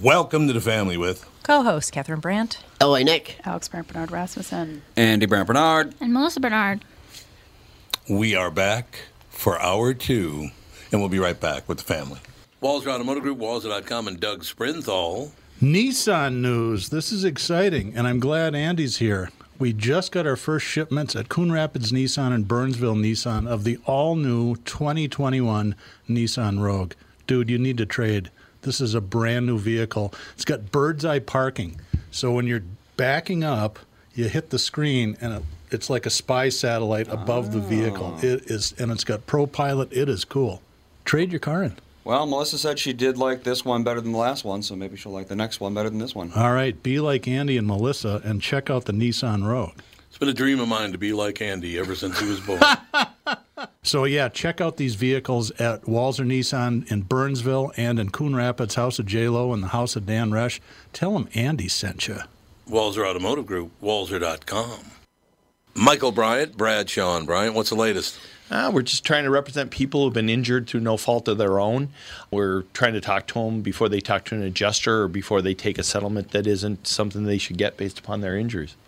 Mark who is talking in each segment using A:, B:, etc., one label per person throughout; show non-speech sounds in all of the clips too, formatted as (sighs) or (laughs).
A: Welcome to the family with
B: Co host Catherine Brandt.
C: LA Nick.
D: Alex Brandt Bernard Rasmussen.
E: Andy Brown Bernard.
F: And Melissa Bernard.
A: We Are Back for Hour Two, and we'll be right back with the family. Walzer Automotive Group, Walzer.com, and Doug Sprinthal.
G: Nissan news. This is exciting, and I'm glad Andy's here. We just got our first shipments at Coon Rapids Nissan and Burnsville Nissan of the all new 2021 Nissan Rogue. Dude, you need to trade. This is a brand new vehicle. It's got bird's eye parking. So when you're backing up, you hit the screen and it, it's like a spy satellite above the vehicle. It is and it's got ProPilot. It is cool. Trade your car in.
E: Well, Melissa said she did like this one better than the last one, so maybe she'll like the next one better than this one.
G: All right, be like Andy and Melissa and check out the Nissan Rogue.
A: It's been a dream of mine to be like Andy ever since he was born.
E: (laughs)
G: So yeah, check out these vehicles at Walzer Nissan in Burnsville and in Coon Rapids, House of J Lo and the House of Dan Resch. Tell them Andy sent you.
A: Walzer Automotive Group, Walzer.com. Michael Bryant, Brad Sean Bryant, what's the latest?
H: Uh, we're just trying to represent people who've been injured through no fault of their own. We're trying to talk to them before they talk to an adjuster or before they take a settlement that isn't something they should get based upon their injuries.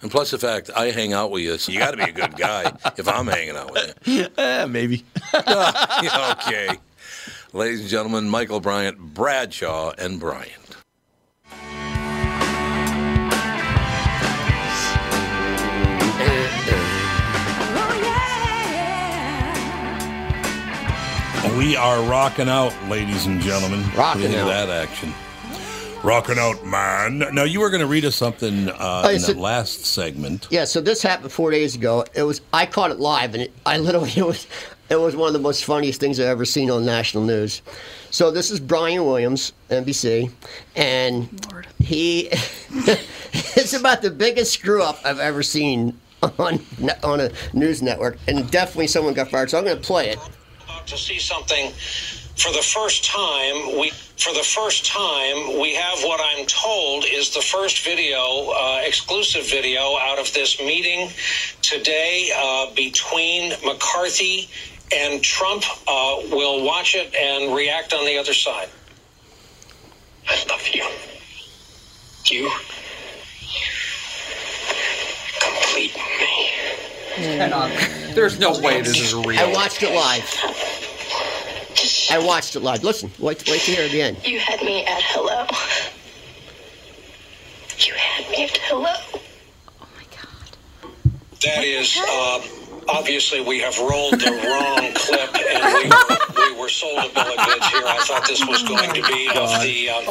A: And plus the fact I hang out with you, so you got to be a good guy if I'm hanging out with you.
H: Eh, maybe.
A: (laughs) okay. Ladies and gentlemen, Michael Bryant, Bradshaw, and Bryant. We are rocking out, ladies and gentlemen.
C: Rocking
A: Look at
C: out.
A: that action. Rocking out, man. Now, you were going to read us something uh,
C: Oh,
A: in
C: yes,
A: the
C: it-
A: last segment.
C: Yeah, so this happened four days ago. It was I caught it live, and it, I (laughs) literally it was it was one of the most funniest things I've ever seen on national news. So this is Brian Williams, NBC, and he (laughs) it's about the biggest screw up I've ever seen on ne- on a news network, and definitely someone got fired. So I'm going to play it.
I: about to see something for the first time we for the first time we have what i'm told is the first video uh, exclusive video out of this meeting today uh, between mccarthy and trump uh, we'll watch it and react on the other side i love you you complete me
J: There's no way this is
C: I
J: real.
C: watched it live. I watched it live. Listen, wait, wait to hear it again.
K: You had me at hello. You had me at hello.
I: That is, um, obviously, we have rolled the wrong clip, and we were, we were sold a bill of goods here. I thought this was going to be
A: Oh
I: of the um,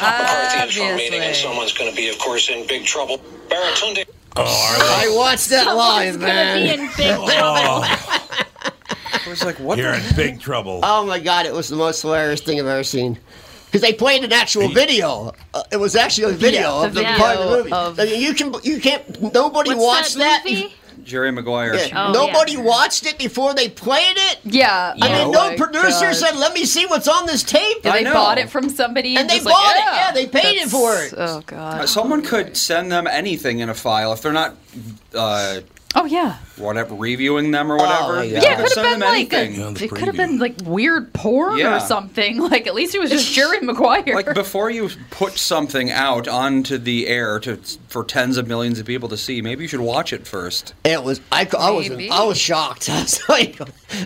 I: McCarthy and Trump meeting, and someone's going to be, of course, in big trouble. Baratunde.
C: I watched that live, man.
F: Be in big trouble.
J: I was like, what?
A: Oh. You're
J: The
A: in big trouble.
C: Oh my god, it was the most hilarious thing I've ever seen. Because they played an actual video. Uh, it was actually a video of the
B: video
C: part of the movie.
B: of-
C: I mean, you can, you can't. Nobody watched that.
F: movie?
E: Jerry Maguire.
C: Yeah.
F: Oh,
C: nobody
F: yeah.
C: watched it before they played it.
B: Yeah.
C: I mean, no producer said, "Let me see what's on this tape."
B: They
J: know.
B: bought it from somebody.
C: And they
B: just
C: bought
B: like,
C: it. Yeah, they paid it for
B: that's-
C: it.
B: Oh, God.
E: Uh, Someone could send them anything in a file if they're not. Uh,
B: Oh, yeah.
E: Whatever, reviewing them or whatever.
C: Oh, yeah.
E: they
C: Yeah, it
E: could
B: Yeah, it could
E: send
B: have been
E: them
B: like a,
E: anything.
A: Oh, Yeah, the
B: it could
A: preview.
B: have been like weird porn
E: Yeah.
B: or something. (laughs) Like at least it was just Jerry Maguire.
E: like before you put something out onto the air to for tens of millions of people to see, maybe you should watch it first.
C: It was. I, I was.
B: Maybe.
C: I was shocked. (laughs) I was like,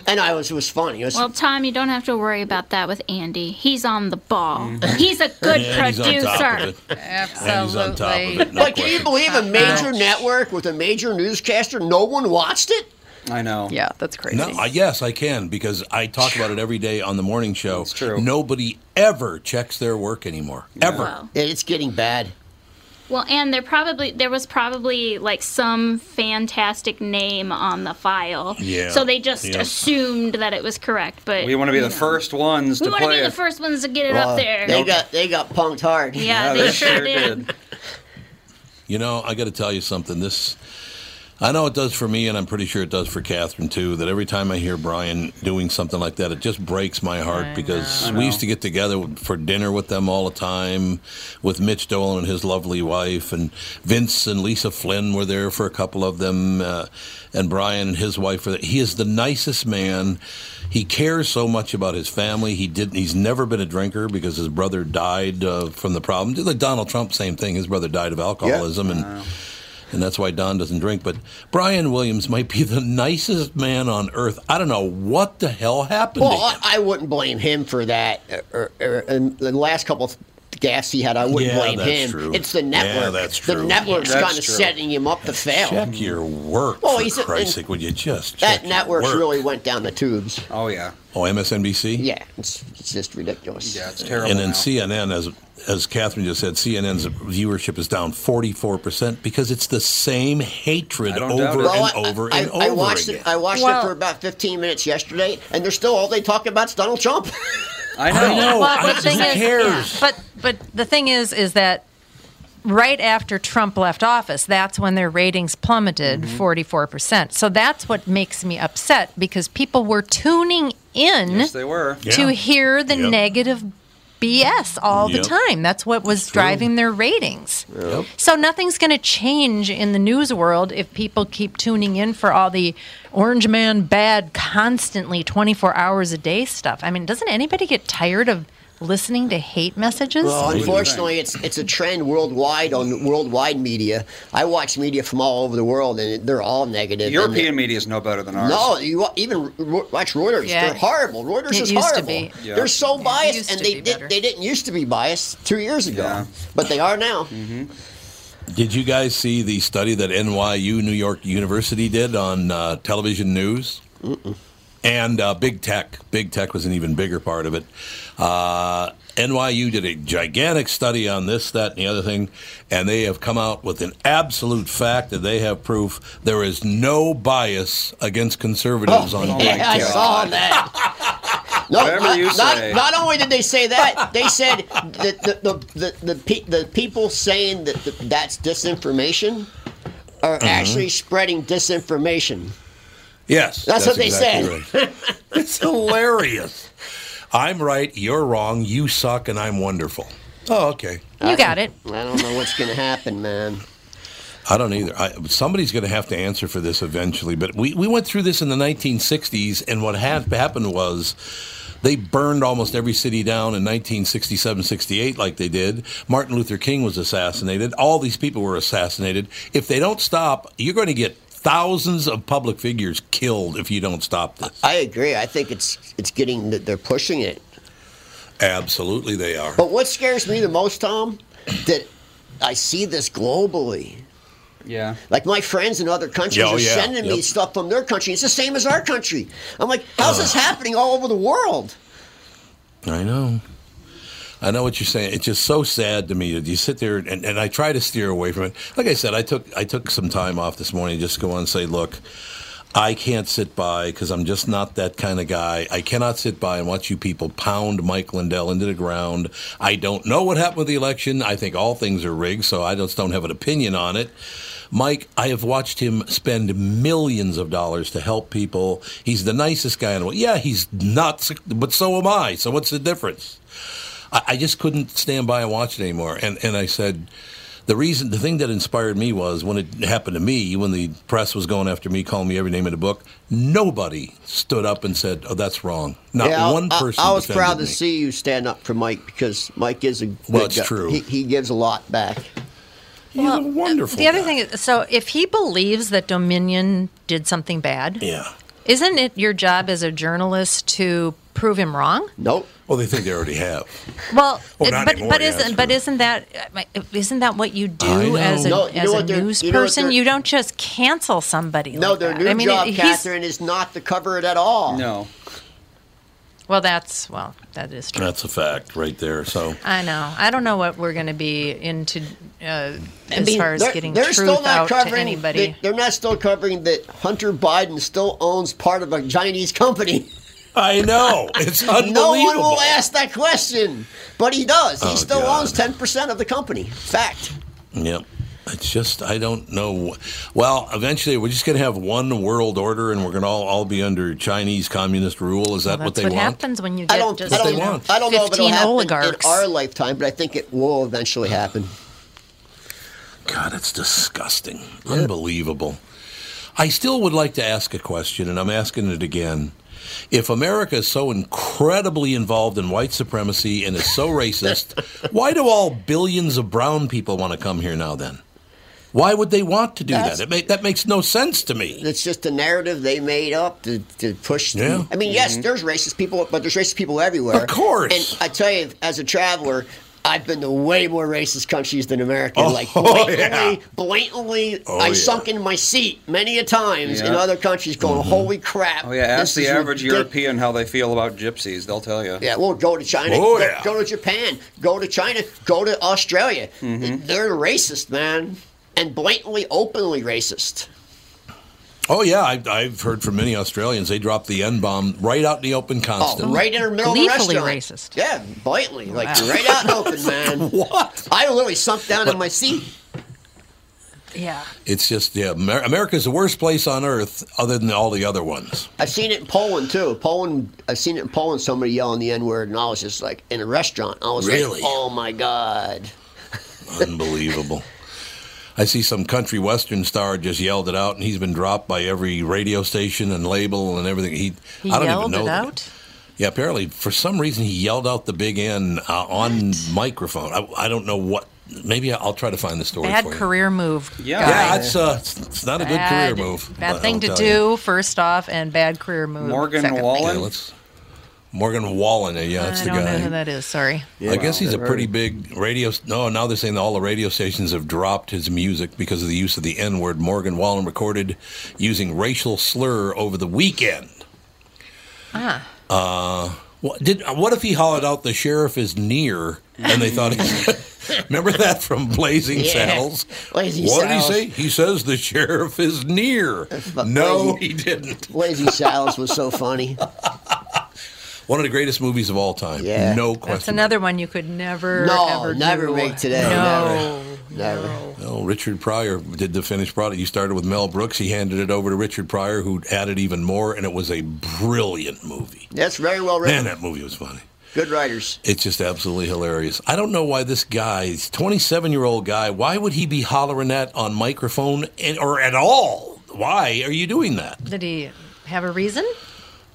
C: and I was. It was funny. It was,
F: Well, Tom, you don't have to worry about that with Andy. He's on the ball. (laughs) He's a good
A: And he's on top
F: producer.
A: of it. And he's on top of it. no
C: but can you
A: question.
C: believe a major network with a major newscaster? No one watched it.
E: I know.
B: Yeah, that's crazy.
A: No, I, yes, I can because I talk about it every day on the morning show. That's true. Nobody ever checks their work anymore. Ever.
F: Wow.
C: It's getting bad.
F: Well, and there probably there was probably like some fantastic name on the file.
E: Yeah.
F: So they just
E: Yeah.
F: assumed that it was correct, but
E: We want to be
F: you
E: the
F: know.
E: first ones
F: We
E: to
F: want to
E: play
F: be
E: it.
F: the first ones to get it
C: Wow.
F: up there.
C: They got they got punked hard.
F: Yeah, they sure did.
A: You know, I got to tell you something. This, I know it does for me, and I'm pretty sure it does for Catherine too. That every time I hear Brian doing something like that, it just breaks my heart because
E: I know.
A: we used to get together for dinner with them all the time, with Mitch Dolan and his lovely wife, and Vince and Lisa Flynn were there for a couple of them, uh, and Brian and his wife. Were there. He is the nicest man. He cares so much about his family. He didn't. He's never been a drinker because his brother died uh, from the problem. Like Donald Trump, same thing. His brother died of alcoholism, and and that's why Don doesn't drink. But Brian Williams might be the nicest man on earth. I don't know what the hell happened.
C: Well,
A: to him.
C: I, I wouldn't blame him for that. Er, Or, or, or- and the last couple of gaffes he had, I wouldn't
A: Yeah,
C: blame
A: that's
C: him.
A: true.
C: It's the
A: Yeah,
C: network.
A: that's
C: The
A: true.
C: network's
A: That's
C: kind of
A: true.
C: setting him up to fail.
A: Check your work,
C: Well,
A: for
C: he's-
A: Christ's
C: and-
A: sake. Would you just check
C: that
A: your
C: network
A: work?
C: really went down the tubes.
E: Oh yeah.
A: Oh, MSNBC.
C: Yeah, it's, it's just ridiculous. Yeah, it's
A: And then CNN, as as Catherine just said, CNN's viewership is down forty four percent because it's the same hatred over
C: Well,
A: and over
C: I,
A: and
C: I, I
A: over
C: watched
A: again.
C: It, I watched
B: Well-
C: it for about 15 minutes yesterday, and they're still all they talk about is Donald Trump. (laughs)
E: I
A: know.
L: Well, the thing is, but but the thing is, is that right after Trump left office, that's when their ratings plummeted
E: Mm-hmm.
L: 44 percent. So that's what makes me upset because people were tuning in
E: Yes, they were.
L: to hear the negative BS all
E: Yep.
L: the time. That's what was driving their ratings.
E: Yep.
L: So nothing's going to change in the news world if people keep tuning in for all the orange man bad constantly 24 hours a day stuff. I mean, doesn't anybody get tired of listening to hate messages?
C: Well, unfortunately, it's it's a trend worldwide on worldwide media. I watch media from all over the world, and they're all negative.
E: European
C: And
E: media is no better than
C: they-
E: ours.
C: No, you wa- even Re- watch Reuters.
E: Yeah.
C: They're horrible. Reuters
L: It
C: is
L: used to
C: horrible.
L: be.
E: Yeah.
C: They're so
L: It
C: biased,
L: used
C: and
L: to
C: they
L: be
C: did,
L: better.
C: they didn't used to be biased two years ago, but they are now.
E: Mm-hmm.
A: Did you guys see the study that NYU, New York University, did on uh, television news? And uh, big tech. Big tech was an even bigger part of it. Uh, NYU did a gigantic study on this, that, and the other thing, and they have come out with an absolute fact that they have proof there is no bias against conservatives on
C: Oh, yeah, I saw that. No,
A: Oh Whatever
C: not,
A: you
C: not-
A: say.
C: not only did they say that, they said that the the, the, the, pe- the people saying that th- that's disinformation are
A: Mhm.
C: actually spreading disinformation.
A: Yes,
C: That's what they
A: said. it's hilarious. I'm right, you're wrong, you suck, and I'm wonderful. Oh, okay.
L: You got it.
C: I don't know what's going to happen, man.
A: I don't either. I, somebody's going to have to answer for this eventually. But we, we went through this in the 1960s, and what had happened was they burned almost every city down in 1967, 68, like they did. Martin Luther King was assassinated. All these people were assassinated. If they don't stop, you're going to get thousands of public figures killed if you don't stop this.
C: I agree. I think it's it's getting that they're pushing it.
A: Absolutely, they are.
C: (laughs) But what scares me the most, Tom, that I see this globally.
E: Yeah.
C: Like my friends in other countries
E: Yeah, oh,
C: are
E: yeah.
C: sending me
E: Yep.
C: stuff from their country. It's the same as our country. I'm like, how's this happening all over the world?
A: I know. I know what you're saying. It's just so sad to me that you sit there and, and I try to steer away from it. Like I said, I took I took some time off this morning just to go on and say, look, I can't sit by because I'm just not that kind of guy. I cannot sit by and watch you people pound Mike Lindell into the ground. I don't know what happened with the election. I think all things are rigged, so I just don't have an opinion on it. Mike, I have watched him spend millions of dollars to help people. He's the nicest guy in the world. Yeah, he's nuts, but so am I. So what's the difference? I, I just couldn't stand by and watch it anymore. And and I said, the reason, the thing that inspired me was when it happened to me, when the press was going after me, calling me every name in the book. Nobody stood up and said, "Oh, that's wrong." Not
C: Yeah, I-
A: one
C: I-
A: person.
C: I, was
A: defended
C: proud to
A: me.
C: see you stand up for Mike because Mike is a good
A: Well, it's
C: guy.
A: true.
C: He, he gives a lot back.
A: He's a wonderful.
L: The other thing is, so if he believes that Dominion did something bad,
A: yeah.
L: Isn't it your job as a journalist to prove him wrong?
C: Nope.
A: Well, they think they already have.
L: Well,
A: Well,
L: it-
A: not
L: but,
A: anymore,
L: but
A: yeah,
L: isn't
A: that's
L: but isn't that uh, isn't that what you
A: I
L: do
A: know.
L: as a
A: No,
C: you know
L: as a
C: what they're-
L: news
C: you know what
L: person?
C: they're-
L: you don't just cancel somebody.
C: No,
L: like
C: their
L: that.
C: new
L: I mean,
C: job,
L: it- he's-
C: Catherine, is not to cover it at all.
E: No.
L: Well, that's well, that is true.
A: That's a fact right there. So
L: I know. I don't know what we're going to be into uh, as
C: mean,
L: far as
C: they're-
L: getting
C: they're
L: truth
C: still not
L: out
C: covering,
L: to anybody.
C: They, they're not still covering that Hunter Biden still owns part of a Chinese company.
A: (laughs) I know. It's
C: (laughs) No one
A: unbelievable.
C: will ask that question, but he does. He
A: Oh,
C: still
A: God.
C: owns 10% of the company. Fact.
A: Yep. It's just I don't know. wh- Well, eventually we're just going to have one world order, and we're going to all, all be under Chinese communist rule. Is that
L: Well,
A: what
L: that's
A: they
L: what
A: want?
L: happens when you get
C: I don't,
L: just
C: I
L: you
C: don't,
L: know,
C: I don't know if it'll
L: fifteen
C: happen
L: oligarchs.
C: in our lifetime, but I think it will eventually happen.
A: God, it's disgusting. Unbelievable. I still would like to ask a question, and I'm asking it again. If America is so incredibly involved in white supremacy and
C: (laughs)
A: is so racist, why do all billions of brown people want to come here now then? Why would they want to do
C: That's-
A: that? It ma- that makes no sense to me.
C: It's just a narrative they made up to, to push. the-
A: Yeah. Mm-hmm.
C: I mean, yes, there's racist people, but there's racist people everywhere. Of course. And I tell you, as a traveler, I've been to way more racist countries than America.
A: (laughs) Oh,
C: like blatantly,
A: yeah.
C: blatantly,
A: Oh,
C: I
A: yeah.
C: sunk in my seat many a times in
E: Yeah.
C: other countries, going,
A: Mm-hmm.
C: "Holy crap!"
E: Oh yeah, ask
C: this
E: the
C: is
E: average
C: ridiculous."
E: European how they feel about gypsies. They'll tell you.
C: Yeah, well, go to China,
E: Oh,
C: go,
E: yeah.
C: go to Japan, go to China, go to Australia.
E: Mm-hmm.
C: They're racist, man, and blatantly, openly racist.
A: Oh, yeah, I, I've heard from many Australians. They drop the N bomb right out in the open constantly.
C: Oh, right in the middle
L: Gleefully
C: of the restaurant.
L: racist.
C: Yeah, blatantly, like right out
L: (laughs)
C: and open, man.
A: what?
C: I literally sunk down in my seat.
L: Yeah,
A: It's just, yeah, Amer- America's the worst place on earth other than all the other ones.
C: I've seen it in Poland too. Poland, I've seen it in Poland. Somebody yelling the N word, and I was just like in a restaurant. I was
A: Really?
C: like, oh my god.
A: Unbelievable. I see some country western star just yelled it out, and he's been dropped by every radio station and label and everything. He,
L: He
A: I don't
L: yelled
A: even know.
L: it
A: that-
L: out.
A: Yeah, apparently for some reason he yelled out the big N uh, on microphone. I, I don't know what. Maybe I'll try to find the story.
L: Bad
A: for you.
L: career move.
A: yeah,
L: guy.
A: it's uh, it's, it's not a good
L: Bad-
A: career move.
L: Bad
A: I'll
L: thing to
A: tell
L: do,
A: you.
L: first off, and bad career move.
E: Morgan
L: secondly.
E: Wallen?
A: Yeah, let's- Morgan Wallen. Yeah, that's
L: I
A: the
L: don't
A: guy.
L: know who that is. Sorry.
A: I guess he's a pretty big radio. No, now they're saying that all the radio stations have dropped his music because of the use of the N word. Morgan Wallen recorded using racial slur over the weekend.
L: Ah.
A: Uh, what did? What if he hollered out, "The sheriff is near," and they thought, he, (laughs) remember that from Blazing
C: Yeah.
A: Saddles?
C: Blazing
A: what
C: Saddles.
A: did he say? He says the sheriff is near. No, (laughs) he didn't.
C: Lazy Sal's was so funny.
A: One of the greatest movies of all time.
C: Yeah.
A: no
L: That's
A: question.
L: another one you could (laughs) never,
C: No,
L: ever
C: never
L: do.
C: make today.
L: No.
C: Never.
A: Well, Richard Pryor did the finished product. You started with Mel Brooks. He handed it over to Richard Pryor, who added even more, and it was a brilliant movie.
C: That's very well
A: Man,
C: written.
A: that movie was funny.
C: Good writers.
A: It's just absolutely hilarious. I don't know why this guy, this 27 year old guy, why would he be hollering that on microphone and, or at all? Why are you doing that?
L: Did he have a reason?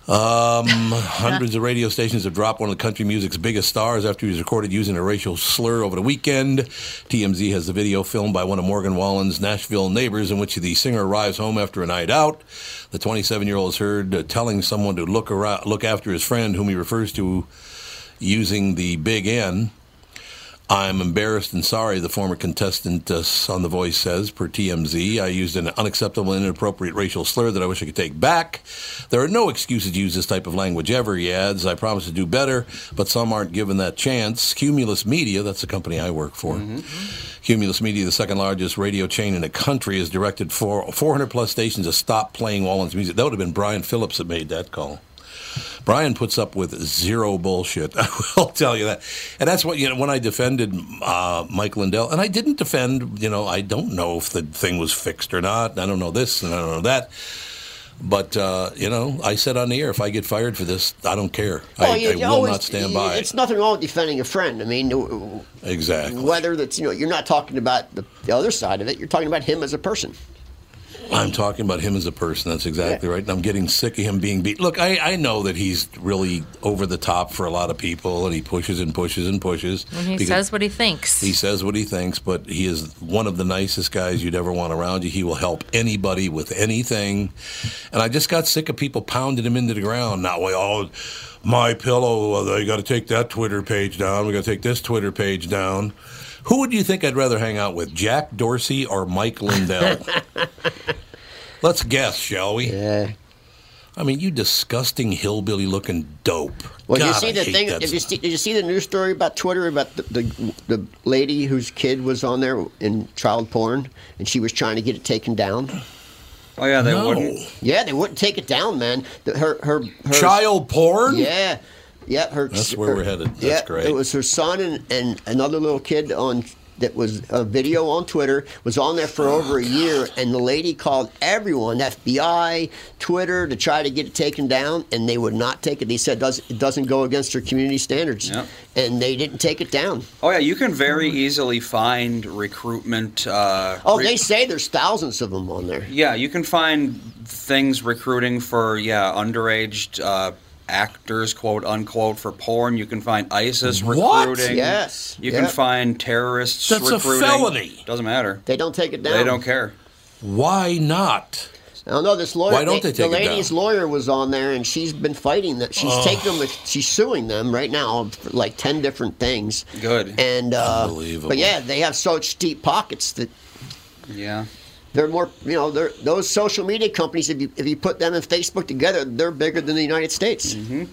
A: Um, hundreds of radio stations have dropped one of the country music's biggest stars after he was recorded using a racial slur over the weekend. TMZ has the video filmed by one of Morgan Wallen's Nashville neighbors, in which the singer arrives home after a night out. The 27-year-old is heard uh, telling someone to look around, look after his friend, whom he refers to using the big N. I'm embarrassed and sorry, the former contestant uh, on The Voice says, per TMZ. I used an unacceptable and inappropriate racial slur that I wish I could take back. There are no excuses to use this type of language ever, he adds. I promise to do better, but some aren't given that chance. Cumulus Media, that's the company I work for. Cumulus Media, the second largest radio chain in the country, has directed four, 400 plus stations to stop playing Wallen's music. That would have been Brian Phillips that made that call. Brian puts up with zero bullshit. (laughs) I will tell you that, and that's what you know. When I defended uh, Mike Lindell, and I didn't defend, you know, I don't know if the thing was fixed or not. and I don't know this, and I don't know that. But uh, you know, I said on the air, if I get fired for this, I don't care.
C: Oh,
A: I, I will not stand by. it.
C: It's nothing wrong with defending a friend. I mean,
A: Exactly.
C: whether that's you know you're not talking about the, the other side of it you're talking about him as a person
A: I'm talking about him as a person. That's exactly right. And I'm getting sick of him being beat. Look, I, I know that he's really over the top for a lot of people, and he pushes and pushes and pushes.
L: When he
A: because-
L: says what he thinks.
A: He says what he thinks, but he is one of the nicest guys you'd ever want around you. He will help anybody with anything. And I just got sick of people pounding him into the ground. Not way, oh, my pillow, well, they got to take that Twitter page down. We got to take this Twitter page down. Who would you think I'd rather hang out with, Jack Dorsey or Mike
C: (laughs)
A: Lindell? Let's guess, shall we?
C: Yeah.
A: I mean, you disgusting hillbilly looking dope.
C: Well,
A: God,
C: you see
A: I
C: the
A: hate
C: thing.
A: that
C: If you
A: stuff.
C: see, did you see the news story about Twitter about the, the the lady whose kid was on there in child porn, and she was trying to get it taken down?
E: Oh yeah, they
C: No.
E: wouldn't.
C: Yeah, they wouldn't take it down, man. The- Her her, her
A: Child porn?
C: Yeah, yeah. Her.
A: That's where
C: her- (laughs)
A: we're headed. That's
C: yeah,
A: great.
C: It was her son and, and another little kid on that was a video on Twitter was on there for over a
E: Oh,
C: year, and the lady called everyone, FBI, Twitter, to try to get it taken down, and they would not take it. They said does, it doesn't go against their community standards,
E: Yep.
C: and they didn't take it down.
E: Oh yeah, you can very easily find recruitment. Uh,
C: Oh,
E: re-
C: they say there's thousands of them on there.
E: yeah, you can find things recruiting for yeah underage uh, actors, quote unquote, for porn. You can find ISIS
C: What?
E: recruiting.
C: Yes.
E: You
C: Yeah.
E: can find terrorists.
C: That's a
E: recruiting.
C: felony.
E: Doesn't matter.
C: They don't take it down.
E: They don't care.
A: Why not?
C: I don't know. This lawyer.
E: Why don't they
C: The
E: take it down? Oh.
C: lady's lawyer was on there, and she's been fighting that. She's
E: Ugh.
C: taking them. with- She's suing them right now for like ten different things.
E: Good.
C: And uh,
E: Unbelievable.
C: But yeah, they have such deep pockets that
E: Yeah.
C: they're more. You know, they're, those social media companies. If you if you put them and Facebook together, they're bigger than the United States. Mm-hmm.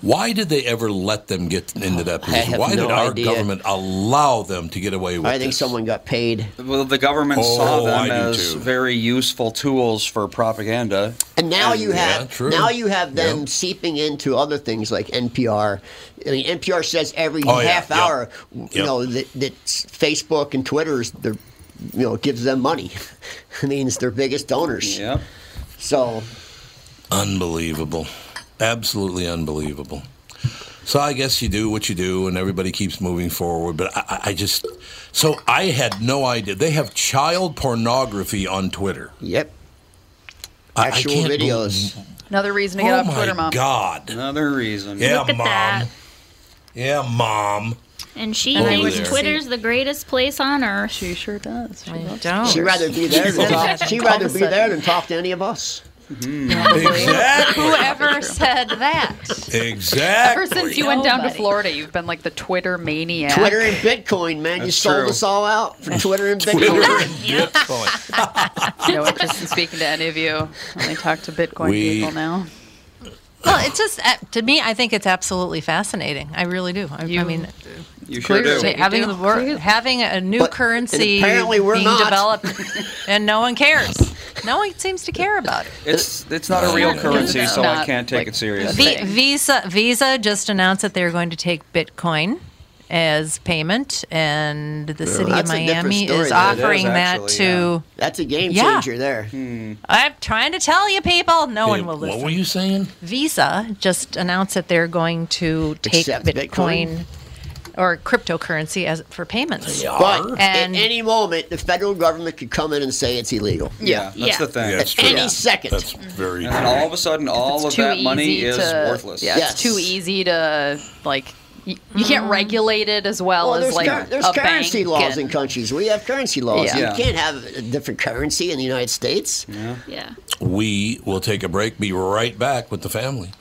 A: Why did they ever let them get into that
C: (sighs) I
A: position?
C: have
A: Why did
C: no
A: our
C: idea.
A: government allow them to get away with
C: I think
A: this?
C: someone got paid.
E: Well, the government
A: Oh,
E: saw
A: I
E: them
A: do
E: as
A: too.
E: very useful tools for propaganda.
C: And now
E: And-
C: you
E: Yeah,
C: have
E: true.
C: now you have them
E: Yeah.
C: seeping into other things like NPR. I mean, NPR says every
E: Oh, yeah,
C: half
E: yeah.
C: hour, you
E: Yeah.
C: know, that, that Facebook and Twitter's the, you know, gives them money. (laughs) I mean, it's their biggest donors.
E: Yeah.
C: So
A: Unbelievable. Absolutely unbelievable. So I guess you do what you do, and everybody keeps moving forward. But I- I, I just, so I had no idea. They have child pornography on Twitter.
C: Yep.
A: I,
C: Actual
A: can't
C: videos.
B: Another reason to get
A: oh
B: off
A: my
B: Twitter, mom.
A: God.
E: Another reason.
A: Yeah,
F: Look at
A: mom.
F: that.
A: Yeah, mom.
F: And she
A: Over
F: thinks
A: there.
F: Twitter's the greatest place on earth. She sure does. She
L: don't.
C: she'd rather be there (laughs) than talk, she'd rather be
F: All of a
C: there than talk to any of us.
B: Mm-hmm.
A: Exactly.
B: Whoever said that?
A: Exactly.
B: Ever since you went down to Florida, you've been like the Twitter maniac. (laughs)
C: Twitter and Bitcoin, man, you
B: That's
C: sold
B: true.
C: us all out for Twitter and Bitcoin.
B: Twitter
A: Bitcoin.
B: no interest in speaking to any of you. Only talk to Bitcoin
A: We-
B: people now.
L: Well, it's just uh, to me, I think it's absolutely fascinating. I really do. I, I mean,
E: You sure
L: clearly,
E: do.
L: having the wor- having a new currency
C: apparently we're
L: being
C: not.
L: developed, and no one cares. No one seems to care about it.
E: It's it's not a real
L: not-
E: currency,
L: it's
E: so I
L: not,
E: can't take it seriously.
L: V- Visa Visa just announced that they're going to take Bitcoin as payment, and the city of
C: That's a different
L: Miami
C: story,
L: is
C: though.
L: offering that to.
C: That's a game
L: Yeah.
C: changer there. Hmm.
L: I'm trying to tell you, people. No one will listen.
A: What were you saying?
L: Visa just announced that they're going to take
C: Accept
L: Bitcoin, or cryptocurrency as for payments.
C: But
L: and
C: at any moment, the federal government could come in and say it's illegal.
E: Yeah, that's the thing.
C: At any second.
A: That's
L: Mm-hmm.
A: very
E: And then all of a sudden, all of
B: too
E: that money
B: easy
E: is
B: to-
E: worthless.
B: Yeah, it's too easy to like. You, you can't regulate it as
C: Mm-hmm.
B: well,
C: Well,
B: as
C: there's,
B: like
C: cur- there's
B: a
C: currency
B: bank
C: laws
B: and-
C: in countries. We have currency laws.
A: Yeah. Yeah.
C: You can't have a different currency in the United States.
A: Yeah.
F: Yeah.
A: We will take a break. Be right back with the family.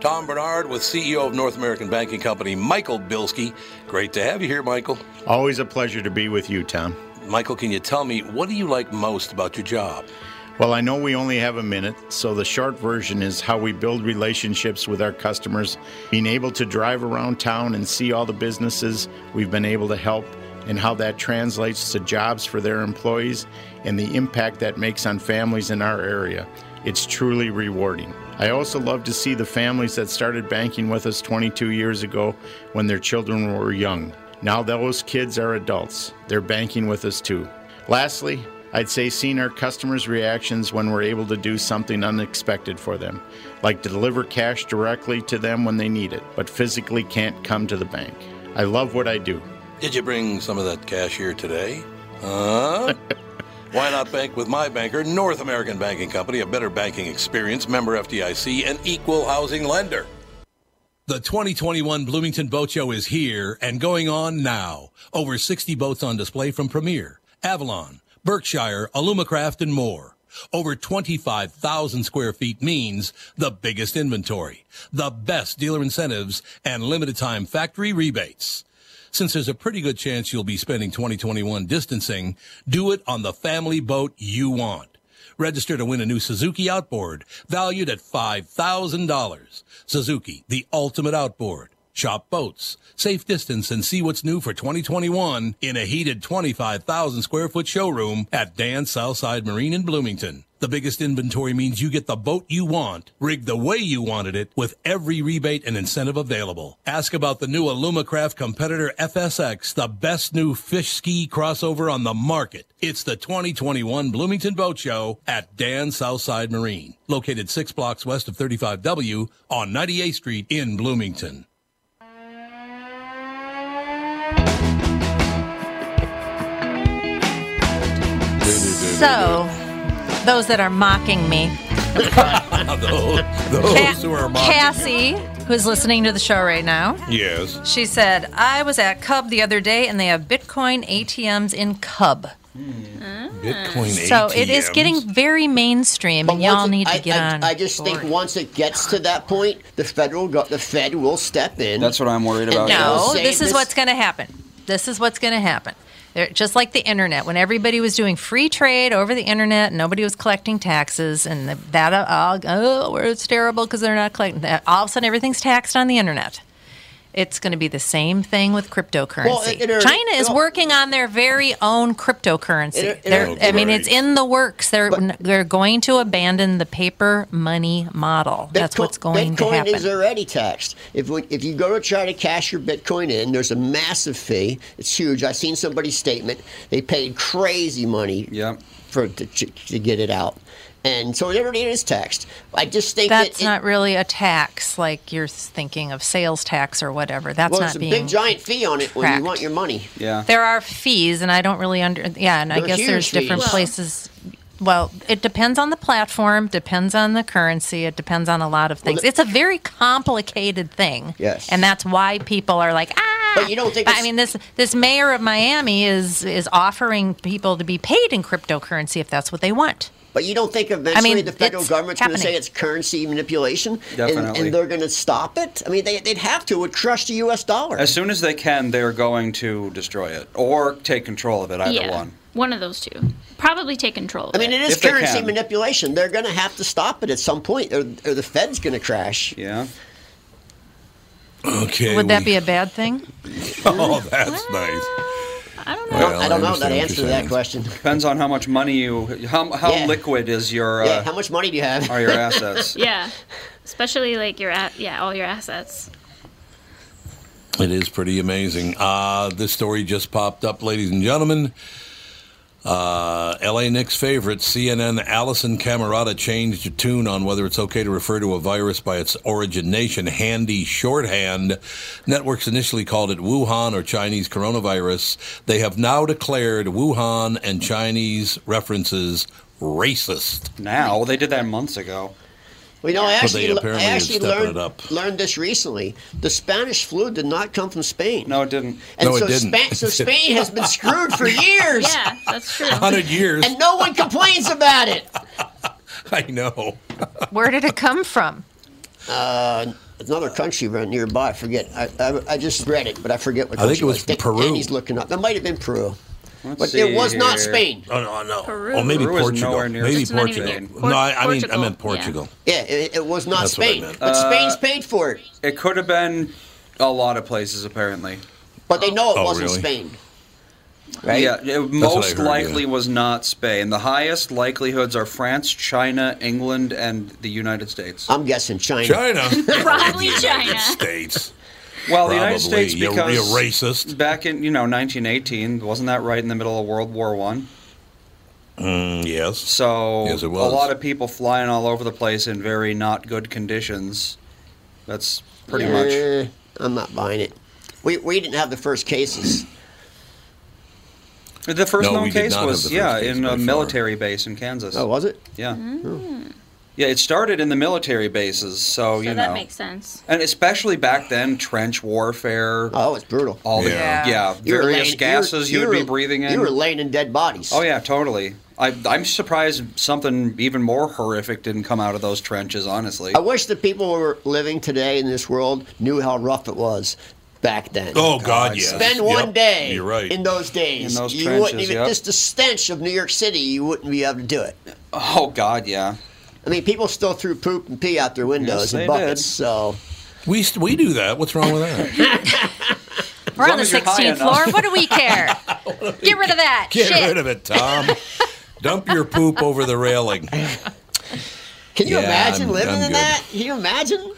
A: Tom Bernard with CEO of North American Banking Company, Michael Bilski. Great to have you here, Michael.
M: Always a pleasure to be with you, Tom.
A: Michael, can you tell me what do you like most about your job?
M: Well, I know we only have a minute, so the short version is how we build relationships with our customers, being able to drive around town and see all the businesses we've been able to help, and how that translates to jobs for their employees and the impact that makes on families in our area. It's truly rewarding. I also love to see the families that started banking with us 22 years ago when their children were young. Now those kids are adults, they're banking with us too. Lastly, I'd say seeing our customers' reactions when we're able to do something unexpected for them, like deliver cash directly to them when they need it, but physically can't come to the bank. I love what I do. (laughs)
A: Did you bring some of that cash here today? Huh? Why not bank with my banker, North American Banking Company, a better banking experience, member FDIC, and equal housing lender? The 2021 Bloomington Boat Show is here and going on now. Over 60 boats on display from Premier, Avalon, Berkshire, Alumacraft, and more. Over 25,000 square feet means the biggest inventory, the best dealer incentives, and limited time factory rebates. Since there's a pretty good chance you'll be spending 2021 distancing, do it on the family boat you want. Register to win a new Suzuki outboard valued at $5,000. Suzuki, the ultimate outboard. Shop boats, safe distance, and see what's new for 2021 in a heated 25,000 square foot showroom at Dan Southside Marine in Bloomington. The biggest inventory means you get the boat you want, rigged the way you wanted it, with every rebate and incentive available. Ask about the new Alumacraft competitor FSX, the best new fish ski crossover on the market. It's the 2021 Bloomington Boat Show at Dan Southside Marine, located six blocks west of 35W on 98th Street in Bloomington.
L: So, those that are mocking me,
A: (laughs) those
L: Ca-
A: those who are mocking
L: Cassie, who's listening to the show right now,
A: Yes.
L: she said, "I was at Cub the other day, and they have Bitcoin ATMs in Cub."
A: Bitcoin
L: So it is
C: ATMs?
L: getting very mainstream, and y'all need to
C: I,
L: get
C: I,
L: on.
C: I just think once it gets to that point, the federal go- the Fed will step in. That's
E: what I'm worried
C: about.
L: No, Oh, this is what's going to happen. This is what's going to happen. They're, just like the internet, when everybody was doing free trade over the internet, nobody was collecting taxes, and the, that uh, oh, it's terrible because they're not collecting that. All of a sudden, everything's taxed on the internet. It's going to be the same thing with cryptocurrency.
C: it- it already-
L: China is
C: well-
L: working on their very own cryptocurrency.
C: It- it-
L: They're-
C: Oh,
L: I mean,
C: great.
L: it's in the works. They're they're going to abandon the paper money model. That's what's going
C: Bitcoin
L: to happen.
C: is already taxed. If we, if you go to try to cash your Bitcoin in, there's a massive fee. It's huge. I've seen somebody's statement. They paid crazy money for to, to get it out, and so it already is taxed. I just think that
L: That's not really a tax like you're thinking of sales tax or whatever. That's
C: well,
L: not
C: there's a
L: being
C: big giant fee on it when
L: tracked.
C: you want your money.
E: Yeah.
L: There are fees, and I don't really under. Yeah, and I
C: There are
L: guess
C: huge
L: there's different
C: fees.
L: places. Well, it depends on the platform, depends on the currency, it depends on a lot of things. it's a very complicated thing.
C: Yes.
L: And that's why people are like, ah. But you don't think. I mean, this this mayor of Miami is is offering people to be paid in cryptocurrency if that's what they want.
C: But you don't think eventually the federal
L: it's
C: government's going to say
L: happening.
C: it's currency manipulation, and,
E: Definitely.
C: and they're going to stop it? I mean, they, they'd have to. It would crush the U.S. dollar.
E: As soon as they can, they're going to destroy it or take control of it. Either
F: yeah,
E: one.
F: One of those two. Probably take control of
C: I mean, it is
E: If they
C: currency
E: can.
C: manipulation. They're going to have to stop it at some point, or, or the Fed's going to crash.
E: Yeah.
A: Okay.
L: Would that be a bad thing?
A: (laughs) Oh, that's nice.
F: I don't
E: know.
C: I don't know that answer to that question.
E: Depends on how much money you, how, how
C: Yeah.
E: liquid is your, uh,
C: Yeah, how much money do you have? (laughs)
E: are your assets?
F: (laughs) yeah, especially like your a- yeah all your assets.
A: It is pretty amazing. Uh, this story just popped up, ladies and gentlemen. Uh, LA Knicks favorite, CNN Allison Camerata changed the tune on whether it's okay to refer to a virus by its origination. Handy shorthand. Networks initially called it Wuhan or Chinese coronavirus. They have now declared Wuhan and Chinese references racist.
E: Now, they did that months ago.
C: Well, you know, I
A: But
C: actually,
A: they apparently
C: I
A: are
C: actually
A: stepping
C: learned,
A: it up.
C: learned this recently. The Spanish flu did not come from Spain. No,
E: it didn't.
C: And
A: No, it
C: so,
A: didn't.
C: Spa- so Spain has been screwed
A: (laughs)
C: for years.
F: Yeah, that's true.
A: 100 years.
C: And no one complains about it.
A: I know.
L: Where did it come from?
C: Uh, another country right nearby. I forget. I, I, I just read it, but I forget what
A: I think
C: country
A: it was Peru.
C: Andy's looking up. It might have been Peru. but it was not Spain.
A: Oh no, no.
C: Peru.
A: Oh, maybe
C: Peru is
A: Portugal.
C: nowhere near
A: Maybe
C: It's not even
A: Portugal.
C: near-
A: no, I, I mean, I
C: Portugal,
A: meant
C: yeah.
A: Portugal.
C: Yeah, it, it was not
E: That's what I
C: Spain.
E: meant.
C: But
E: Uh,
C: Spain's paid for it.
E: It could have been a lot of places, apparently.
C: But they know it
E: Oh,
C: wasn't
E: really?
C: Spain. (laughs) Right?
E: Yeah, it
C: That's what
E: most
C: I heard,
E: likely was not Spain. The highest likelihoods are France, China, England, and the United States.
C: I'm guessing China.
F: (laughs)
C: (laughs)
F: Probably China.
A: States.
E: Well, the United
A: Probably.
E: States
A: You're-
E: because
A: you're racist.
E: Back in you know 1918, wasn't that right in the middle of World War One?
A: Mm, yes.
E: So
A: Yes, it
E: a
A: was.
E: lot of people flying all over the place in very not good conditions. That's pretty much.
C: Eh, I'm not buying it. We, we didn't have the first cases.
E: The first
A: No, we
E: known
A: did
E: case
A: not have
E: was
A: the
E: yeah
A: first case
E: in
A: by
E: a
A: far.
E: military base in Kansas.
C: Oh, was it?
E: Yeah. Yeah, it started in the military bases, so,
F: So
E: you know.
F: that makes sense.
E: and especially back then, trench warfare.
C: Oh, it's brutal.
E: All the
F: Yeah.
E: yeah,
C: You were
E: various
C: laying- you were-
E: gases you,
C: you
E: would be
C: were-
E: breathing in.
C: you were laying in dead bodies.
E: Oh yeah, totally. I, I'm surprised something even more horrific didn't come out of those trenches. Honestly,
C: I wish the people who are living today in this world knew how rough it was back then.
A: Oh, God, yes.
C: Spend one
A: Yep.
C: day
A: You're right.
C: in those days.
E: In those
C: you wouldn't
E: trenches,
C: even
E: yep.
C: just the stench of New York City, you wouldn't be able to do it.
E: Oh God, yeah.
C: I mean, people still threw poop and pee out their windows
A: they
C: and
A: did.
C: buckets. So
A: we st- we do that. What's wrong with that?
L: We're
A: long
L: on the
A: as you're high
L: 16th
A: enough.
L: floor. What
E: (laughs)
L: do we care? Get rid of that.
A: Get
L: Shit.
A: rid of it, Tom. Dump your poop over the
E: (laughs)
A: railing.
C: Can
L: you
C: imagine living in that. Can you imagine?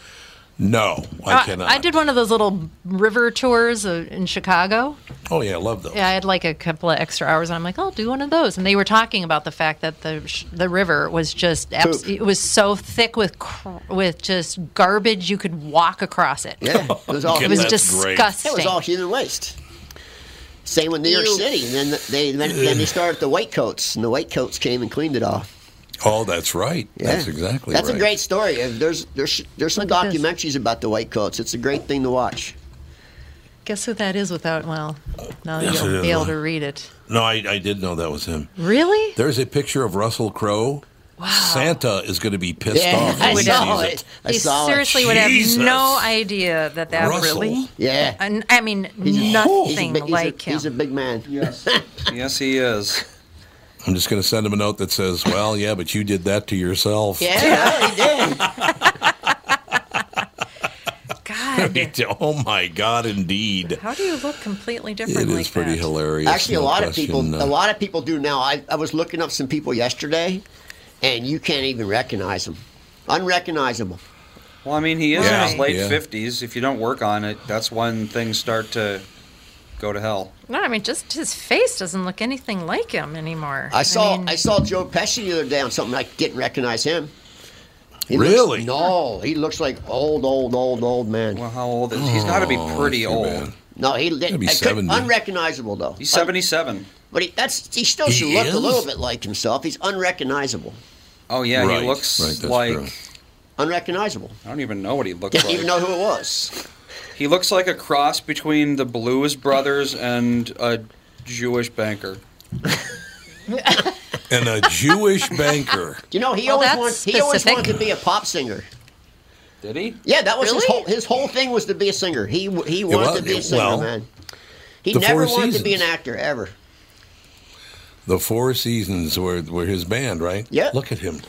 A: No, I
L: Uh,
A: cannot.
L: I did one of those little river tours uh, in Chicago.
A: oh yeah, I love those.
L: Yeah, I had like a couple of extra hours, and I'm like, I'll do one of those. And they were talking about the fact that the sh- the river was just abs-
C: Poop.
L: it was so thick with cr- with just garbage you could walk across it.
C: (laughs) Yeah,
A: (laughs)
C: it was all
L: It was disgusting.
C: It was all human waste. Same with New York
L: Ew.
C: City. And then they then, then they started the white coats, and the white coats came and cleaned it off.
A: Oh, that's right. That's exactly
C: That's
A: right.
C: a great story. And There's there's there's some documentaries about the white coats. It's a great thing to watch.
L: Guess who that is? Without well, no,
A: Yes, it
L: you'll
A: is.
L: be able to read it.
A: No, I, I did know that was him.
L: Really?
A: There's a picture of Russell Crowe. Santa is going to be pissed
L: Yeah,
A: off.
L: I
A: when he
L: saw
A: sees
L: it. He seriously would
A: Jesus.
L: have no idea that that
A: Russell.
L: really.
C: Yeah.
L: And, I mean,
C: He's a
L: nothing
C: big- he's a-
L: like him.
C: He's a big man. Yes.
E: yes, he is.
A: I'm just going to send him a note that says, "Well, yeah, but you did that to yourself." (laughs)
C: (laughs) yeah, he did.
A: oh my God, indeed.
L: How do you look completely
A: It
L: different?
A: is
L: like
A: pretty
L: that?
A: hilarious.
C: Actually, a
A: no
C: lot
A: question.
C: of people,
A: Uh,
C: a lot of people do now. I, I was looking up some people yesterday, and you can't even recognize them. Unrecognizable.
E: Well, I mean, he is in his
C: Right.
E: late
C: Yeah.
E: fifties. If you don't work on it, that's when things start to go to hell.
L: No, I mean, just his face doesn't look anything like him anymore.
C: I saw I,
L: mean,
C: saw Joe Pesci the other day on something. I didn't recognize him. He
A: Really?
C: Looks, no, he looks like old, old, old, old man. Well,
E: how old is he? He's gotta be Oh, pretty that's too old. bad.
C: No, he li-
E: Gotta be
C: I couldn't-
E: 70.
C: unrecognizable though.
E: He's seventy-seven.
C: But he, that's he still
E: He
C: should look
E: is?
C: a little bit like himself. He's unrecognizable.
E: Oh yeah,
A: Right,
E: he looks
A: right, that's
E: like
A: true.
C: unrecognizable.
E: I don't even know what
C: (laughs)
E: he looks
C: Didn't
E: like.
C: even know who it was.
E: He looks like a cross between the Blues Brothers and a Jewish banker.
A: (laughs) and a Jewish banker.
C: You know, he
L: Well,
C: always
L: that's
C: wanted he always
L: specific.
C: wanted to be a pop singer.
E: Did he?
C: Yeah, that was his
L: Really?
C: whole his whole thing was to be a singer. He w- he wanted
A: was-
C: to be a
A: it-
C: singer,
A: well,
C: man. He
A: the
C: never
A: Four
C: wanted to be an
A: Seasons.
C: actor ever.
A: The Four Seasons were, were his band, right? Yeah. Look at him.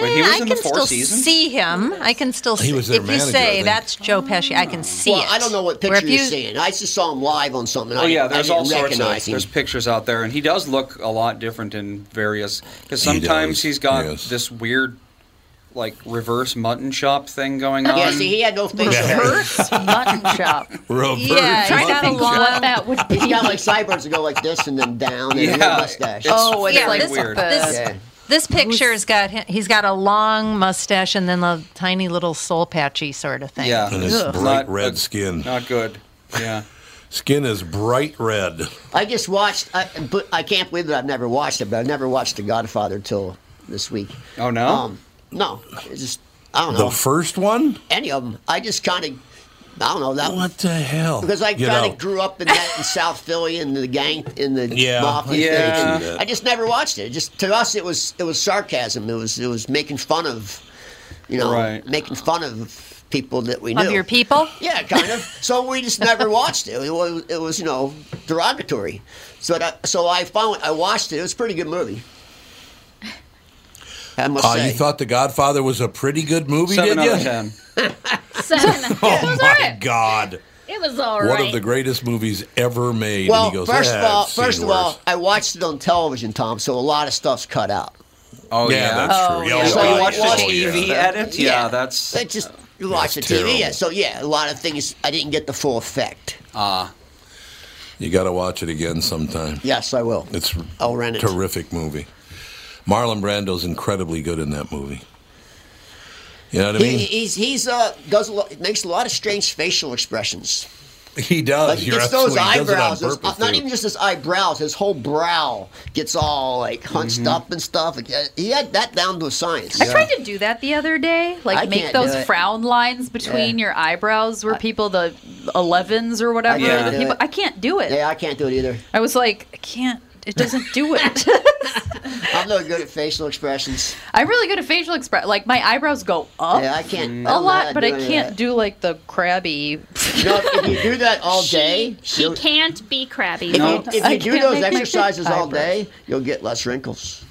E: Wait, he
L: Eh, I can still see him. I can still
A: He
L: see.
A: was their
L: if
A: manager,
L: you
A: I
L: say
A: think.
L: that's Joe Pesci, I can see
C: well,
L: it.
C: I don't know what
L: Where
C: picture
L: if
C: you, are seeing. I just saw him live on something.
E: Oh
C: I,
E: yeah,
C: I
E: there's
C: didn't
E: all sorts of
C: recognize him.
E: there's pictures out there, and he does look a lot different in various. Because
A: He
E: sometimes
A: does,
E: he has got this weird, like reverse mutton chop thing going on.
C: Yeah, see, he had no facial hair.
B: mutton
L: (laughs)
B: chop.
A: (laughs) Reverse
B: Yeah, he's got a
E: mutton
B: long-
E: chop.
B: What that would
C: He's got like sideburns that go like this and then down and a
E: Yeah,
C: little mustache.
E: it's Oh, it's
L: yeah,
E: like
L: this,
E: weird.
L: This,
C: Yeah.
L: this picture's got him, he's got a long mustache and then a tiny little soul patchy sort of thing.
E: Yeah,
A: And his
L: Ugh.
A: bright red skin.
E: Not good. Yeah.
A: (laughs) Skin is bright red.
C: I just watched. I, but I can't believe that I've never watched it. But I've never watched The Godfather till this week. Um,
E: Oh no.
C: no, it's just I don't know.
A: The first one?
C: any of them. I just kind of, I don't know that.
A: What the hell?
C: Because I
A: You
C: kind
A: know.
C: of grew up in that in South Philly and the gang in the
A: Yeah,
C: mafia.
A: I can
C: thing, and
A: see that.
C: I just never watched it. It Just to us, it was it was sarcasm. It was it was making fun of, you know,
E: Right.
C: making fun of people that we knew.
L: Of your people?
C: Yeah, kind of. so we just never watched it. It was, it was you know derogatory. So that, so I found I watched it. It was a pretty good movie. I must
A: Uh,
C: say.
A: you thought The Godfather was a pretty good movie, did
E: Seven out
A: you?
E: of ten.
F: Seven.
A: Oh my God!
F: It was all right.
A: One of the greatest movies ever made.
C: Well,
A: and he goes,
C: first
A: "Yeah,
C: of all,
A: I've seen
C: first of
A: worse."
C: all, I watched it on television, Tom. So a lot of stuff's cut out.
E: Oh
A: Yeah,
E: yeah,
A: that's Oh, true. Yeah, yeah. oh,
E: So
A: yeah.
E: you watched
A: Oh,
E: the TV
A: yeah.
E: edit? Yeah,
C: Yeah.
E: that's
C: It just you watch the
A: That's
C: TV. Yeah,
A: terrible.
C: so yeah, a lot of things I didn't get the full effect.
E: ah.
A: you got to watch it again sometime.
C: Yes, I will.
A: It's
C: I'll rent it.
A: terrific movie. Marlon Brando's incredibly good in that movie. You know what I
C: He,
A: mean?
C: he's he's uh does a lot, makes a lot of strange facial expressions.
A: He does.
C: Like,
A: Oh, You're
C: gets those
A: absolutely- he does it on
C: eyebrows, his-
A: purpose,
C: not
A: too.
C: even just his eyebrows, his whole brow gets all like hunched
A: Mm-hmm.
C: up and stuff. Like, uh, He had that down to a science.
B: I tried to do that the other day, like
C: I
B: make
C: can't do
B: those
C: it.
B: frown lines between your eyebrows where people the 11s or whatever.
C: I can't
B: the
C: do
B: people,
C: it.
B: I can't do it.
C: Yeah, I can't do it either.
B: I was like, I can't. It doesn't
C: (laughs)
B: do it.
C: I'm no good at facial expressions.
B: I'm really good at facial express. Like my eyebrows go up.
C: Yeah, I
E: Mm.
C: can't-
B: a
C: I'm
B: lot,
C: not
B: but I
C: doing
B: can't
C: that.
B: do like the crabby.
C: No, if you do that all day,
F: She
B: (laughs)
C: you'll-
F: can't be crabby.
C: if you, if
F: I
C: you do
F: can't
C: those
F: make my
C: exercises all
F: eyebrows.
C: day, you'll get less wrinkles.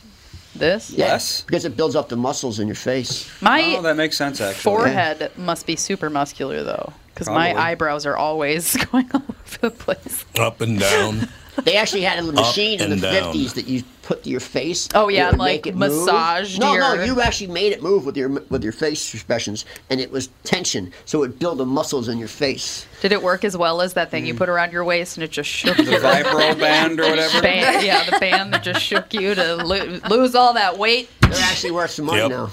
B: This?
C: Yes. Because it builds up the muscles in your face.
A: Oh,
B: My
E: Oh, that makes sense, actually.
B: forehead must be super muscular though, because my
C: Probably.
B: eyebrows are always (laughs) going all over the place.
A: Up and down.
C: They actually had a
A: Up
C: machine in the
A: and down.
C: 50s that you put to your face.
B: Oh, yeah,
C: It would
B: and, like,
C: make it
B: massaged
C: move. No, no,
B: your-
C: you actually made it move with your with your face expressions, and it was tension, so it built the muscles in your face.
B: Did it work as well as that thing you put around your waist and it just shook
E: Mm. The
B: (laughs)
E: vibro band or whatever.
B: Band, yeah, the band that just shook you to lo- lose all that weight.
C: They're actually worth some money now.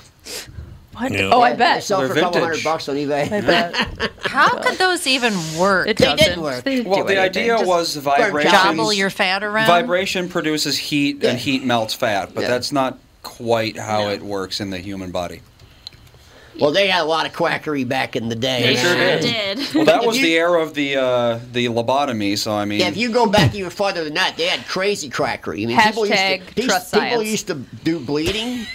B: What? Oh, I
C: They
B: bet.
C: sell for a couple hundred bucks on eBay. I bet.
L: How could those even work?
B: It They didn't doesn't. work. They didn't
E: Well, the idea was the vibrations.
L: Jobble your fat around.
E: Vibration produces heat, and heat melts fat, but that's not quite how it works in the human body.
C: Well, they had a lot of quackery back in the day.
E: They sure did. Well, that was the era of the uh, the lobotomy. So I mean,
C: Yeah, if you go back even farther than that, they had crazy crackery. I mean, people used to,
B: Hashtag
C: these
B: trust
C: people
B: science.
C: used to do bleeding.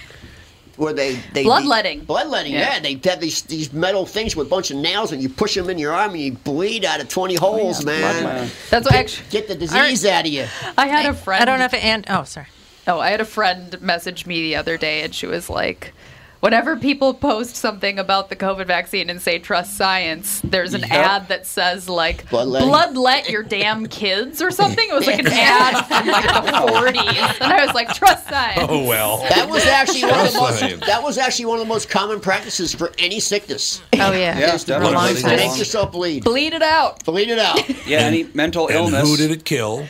C: Where they, they
B: Bloodletting.
C: bloodletting,
B: Yeah.
C: yeah. They had these, these metal things with a bunch of nails, and you push them in your arm, and you bleed out of twenty holes, man.
B: That's what actually
C: get the disease out of you.
B: I had a friend.
L: I don't know if it. And, oh, sorry.
B: Oh, I had a friend message me the other day, and she was like, "Whenever people post something about the COVID vaccine and say trust science, there's an
C: Yep.
B: ad that says like
C: Bloodletting.
B: bloodlet your damn kids or something." It was like an ad from like
C: (laughs)
B: the 40s, and I was like, "Trust science."
A: Oh well.
C: That was actually one of the
A: Trust
C: most.
A: science.
C: That was actually one of the most common practices for any sickness.
B: Oh yeah.
E: Yeah,
C: Is to
E: definitely.
C: prolong-
E: Bloodletting.
C: Make yourself bleed.
B: Bleed it out.
C: Bleed it out.
E: yeah, any mental
A: And
E: illness.
A: who did it kill?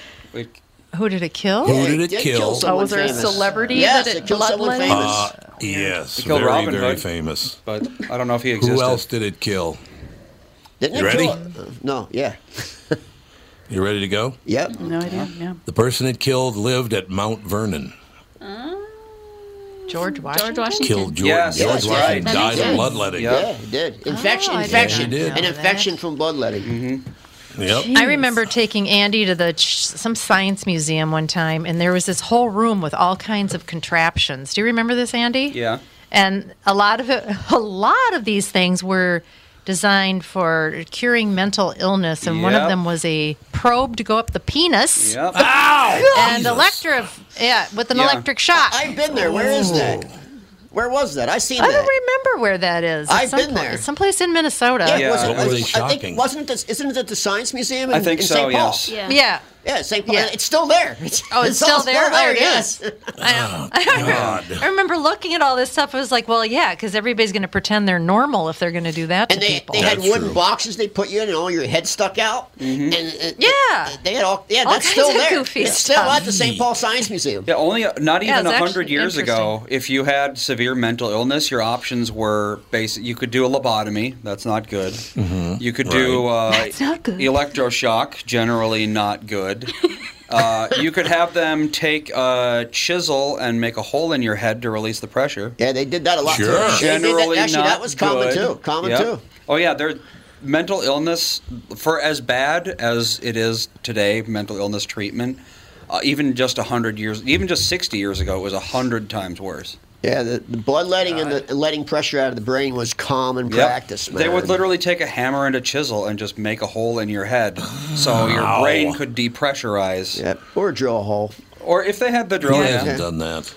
L: Who did it
C: Oh,
L: kill?
A: Who did it It did kill kill?
B: Oh, was there a
A: famous.
B: celebrity
C: Yes,
B: that
C: it
B: it
C: killed someone
B: bloodletted?
C: famous.
A: Uh, yes,
E: It killed
A: very
E: Robin
A: very
E: Hood.
A: famous.
E: But I don't know if he
A: Who
E: existed.
A: else did it kill?
C: Didn't
A: You
C: it
A: ready?
C: kill- uh, No. Yeah.
A: (laughs) You ready to go?
C: Yep.
D: No idea. Yeah.
A: The person it killed lived at Mount Vernon.
L: George Washington.
F: George Washington.
A: Killed George.
E: Yes,
A: George
E: that's
A: Washington
E: right.
A: died of
E: Yeah.
A: bloodletting.
E: Yeah.
C: Yeah, it did. Infection,
L: Oh, I didn't
C: infection,
A: know
C: an
L: that.
C: infection from bloodletting.
A: Mm-hmm. Yep.
L: I remember taking Andy to the ch- some science museum one time, and there was this whole room with all kinds of contraptions. Do you remember this, Andy?
E: Yeah.
L: And a lot of (laughs) it, a lot of these things were designed for curing mental illness, and one of
N: Yep.
L: them was a probe to go up the penis.
N: Yep.
L: And
C: Jesus.
L: electro, yeah, with an
C: Yeah.
L: electric shock.
C: I've been there. Where is that? Where was that? I seen
L: I
C: that.
L: don't remember where that is.
C: I've
L: It's some
C: been
L: pla-
C: there.
L: it's Someplace in Minnesota.
C: it was-
A: What were they
C: I
A: shocking?
C: think wasn't this? Isn't it at the Science Museum? In,
E: I think
C: in
E: so,
C: St. Paul?
E: yes.
L: Yeah.
C: Yeah. Yeah, St. Paul.
L: Yeah.
C: It's still there. (laughs) It's,
L: Oh, it's still
C: all
L: there? There it
C: yes.
L: (laughs)
B: (laughs)
A: God.
L: I remember looking at all this stuff. I was like, well, yeah, because everybody's going to pretend they're normal if they're going to do that to people.
C: They had wooden boxes they put you in, and all your head stuck out. And, and
L: yeah,
C: they had all. Yeah,
L: All
C: that's
L: kinds
C: still
L: of
C: there.
L: goofy
C: It's still
L: stuff.
C: at the St. Paul Science Museum.
E: Yeah, only uh, not
L: Yeah,
E: even
L: it's
E: a
L: actually
E: hundred years ago, if you had severe mental illness, your options were basic. You could do a lobotomy. That's not good.
A: Mm-hmm.
E: You could do uh, electroshock. Generally, not good. uh, you could have them take a chisel and make a hole in your head to release the pressure.
C: Yeah, they did that a lot, too. Sure. They did that-
E: Generally,
C: actually,
E: not
C: that was common,
E: good.
C: too. Common, too.
E: Oh yeah, there. Mental illness, for as bad as it is today, mental illness treatment, uh, even just hundred years, even just sixty years ago, it was hundred times worse.
C: Yeah, the, the bloodletting and the letting pressure out of the brain was common
E: Yep.
C: practice. Man.
E: They would literally take a hammer and a chisel and just make a hole in your head, so your brain could depressurize.
C: Yep. Or drill a hole.
E: Or if they had the drill,
A: Who
E: yeah.
A: hasn't done that?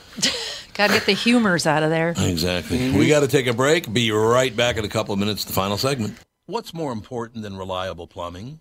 L: Got to get the humors out of there.
A: Exactly.
E: Mm-hmm.
A: We got to take a break. Be right back in a couple of minutes. The final segment. What's more important than reliable plumbing?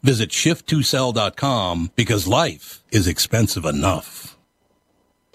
A: Visit shift2sell.com because life is expensive enough.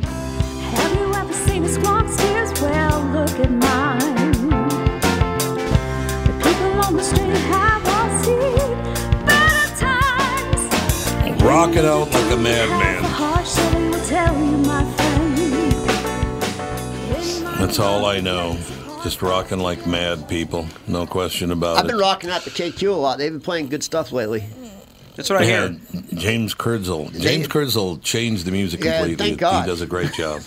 O: Have you ever seen a squawk's tears? Well, look at mine. The people on the street have all seen better times.
A: Rocking out like a madman.
O: The harsh setting will tell you, my friend.
A: That's all I know. Just rocking like mad people. No question about
C: I've
A: it.
C: been rocking out Oh, the KQ a lot. They've been playing good stuff lately.
E: That's
A: Yeah, James Kurzel. James Kurzel changed the music
C: Yeah,
A: completely.
C: thank
A: He-
C: God.
A: He does a great
C: (laughs)
A: job.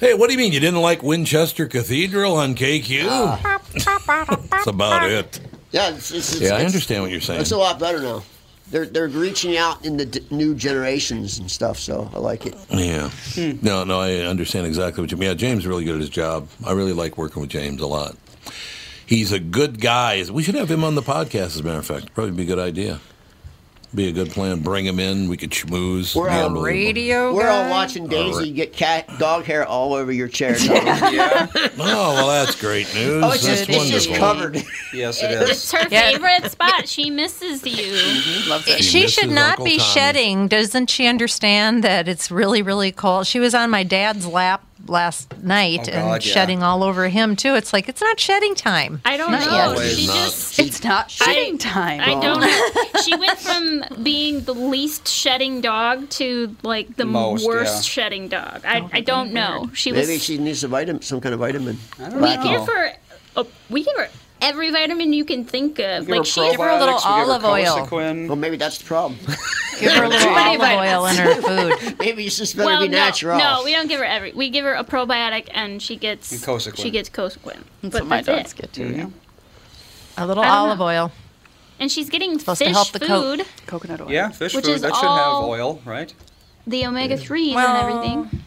A: hey, what do you mean you didn't like Winchester Cathedral on KQ? That's about it.
C: Yeah, it's, Ah. it's, it's,
A: yeah, I
C: it's-
A: understand what you're saying.
C: It's a lot better now. They're they're reaching out in the d- new generations and stuff. So I like it.
A: Yeah.
C: Hmm.
A: No, no, I understand exactly what you mean. Yeah, James is really good at his job. I really like working with James a lot. He's a good guy. We should have him on the podcast, as a matter of fact. Probably be a good idea. Be a good plan. Bring him in. We could schmooze. Be unbelievable.
C: We're all watching Daisy
A: Alright.
C: get cat dog hair all over
F: (laughs)
C: your chair.
A: Oh, well, that's great news.
C: Oh, it's
A: that's
C: just- it's just
A: wonderful.
C: covered.
E: (laughs) Yes,
F: It's her
L: Yeah.
F: favorite spot. She misses
E: (laughs)
F: you.
L: She, should not be shedding. Doesn't she understand that it's really, really cold? She was on my dad's lap last night and
F: Oh, God, yeah.
L: shedding all over him too. It's like it's not shedding time.
F: I don't
L: Not
F: know.
L: yet.
F: She
L: Always not.
F: just it's not
D: shedding time.
F: I
D: Wrong.
F: don't know. she went from being the least shedding dog to like the
C: Most,
F: worst
C: yeah.
F: shedding dog. I, I don't know. She was
C: Maybe she needs a vitamin, some kind of vitamin. I
F: we give her a, we give her every vitamin you can think of. like she
C: Well, maybe that's the problem.
F: Give her a (laughs) little olive oil in her
C: (laughs) food. maybe it's just better
F: well,
C: be
F: no,
C: natural.
F: No, we don't give her every. We give her a probiotic, and she gets
C: And Cosequin.
F: She gets Cosequin.
D: That's
F: but
D: what my dogs
F: that's it.
D: get too. yeah.
L: A little
F: I don't
L: olive oil.
F: And she's getting
L: Supposed to
F: fish
L: help the co-
F: food,
D: coconut oil.
E: Yeah, fish
F: Which
E: food.
F: is
E: That should
F: all-
E: have oil, right?
F: the omega threes
L: Well,
F: and everything.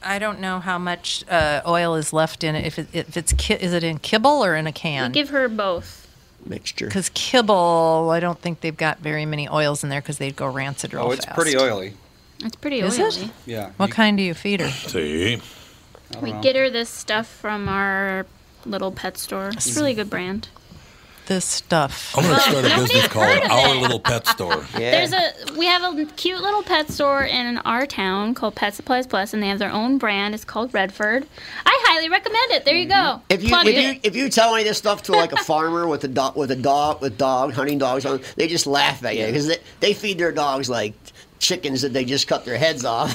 L: I don't know how much uh, oil is left in it. If, it, if it's ki- is it in kibble or in a
F: We
L: can?
F: give her both.
C: Mixture.
L: Because kibble, I don't think they've got very many oils in there because they'd go rancid real
E: Oh, it's
L: fast.
E: pretty oily.
F: It's pretty
L: Is
F: oily.
L: it?
E: Yeah.
L: What kind do you feed her?
A: See?
F: We get her this stuff from our little pet store. It's a really good brand.
L: This stuff.
A: I'm going to start a
F: Nobody's
A: business called
F: heard of
A: Our
F: it.
A: Little Pet
E: (laughs)
A: Store.
F: There's a we have a cute little pet store in our town called Pet Supplies Plus, and they have their own brand. It's called Redford. I highly recommend it. There you go.
C: Mm-hmm. If you,
F: Plug
C: if
F: it.
C: you if you tell any of this stuff to
B: (laughs)
C: like a farmer with a dog with a dog with dog hunting dogs on, they just laugh at you because they, they feed their dogs like chickens that they just cut their heads off.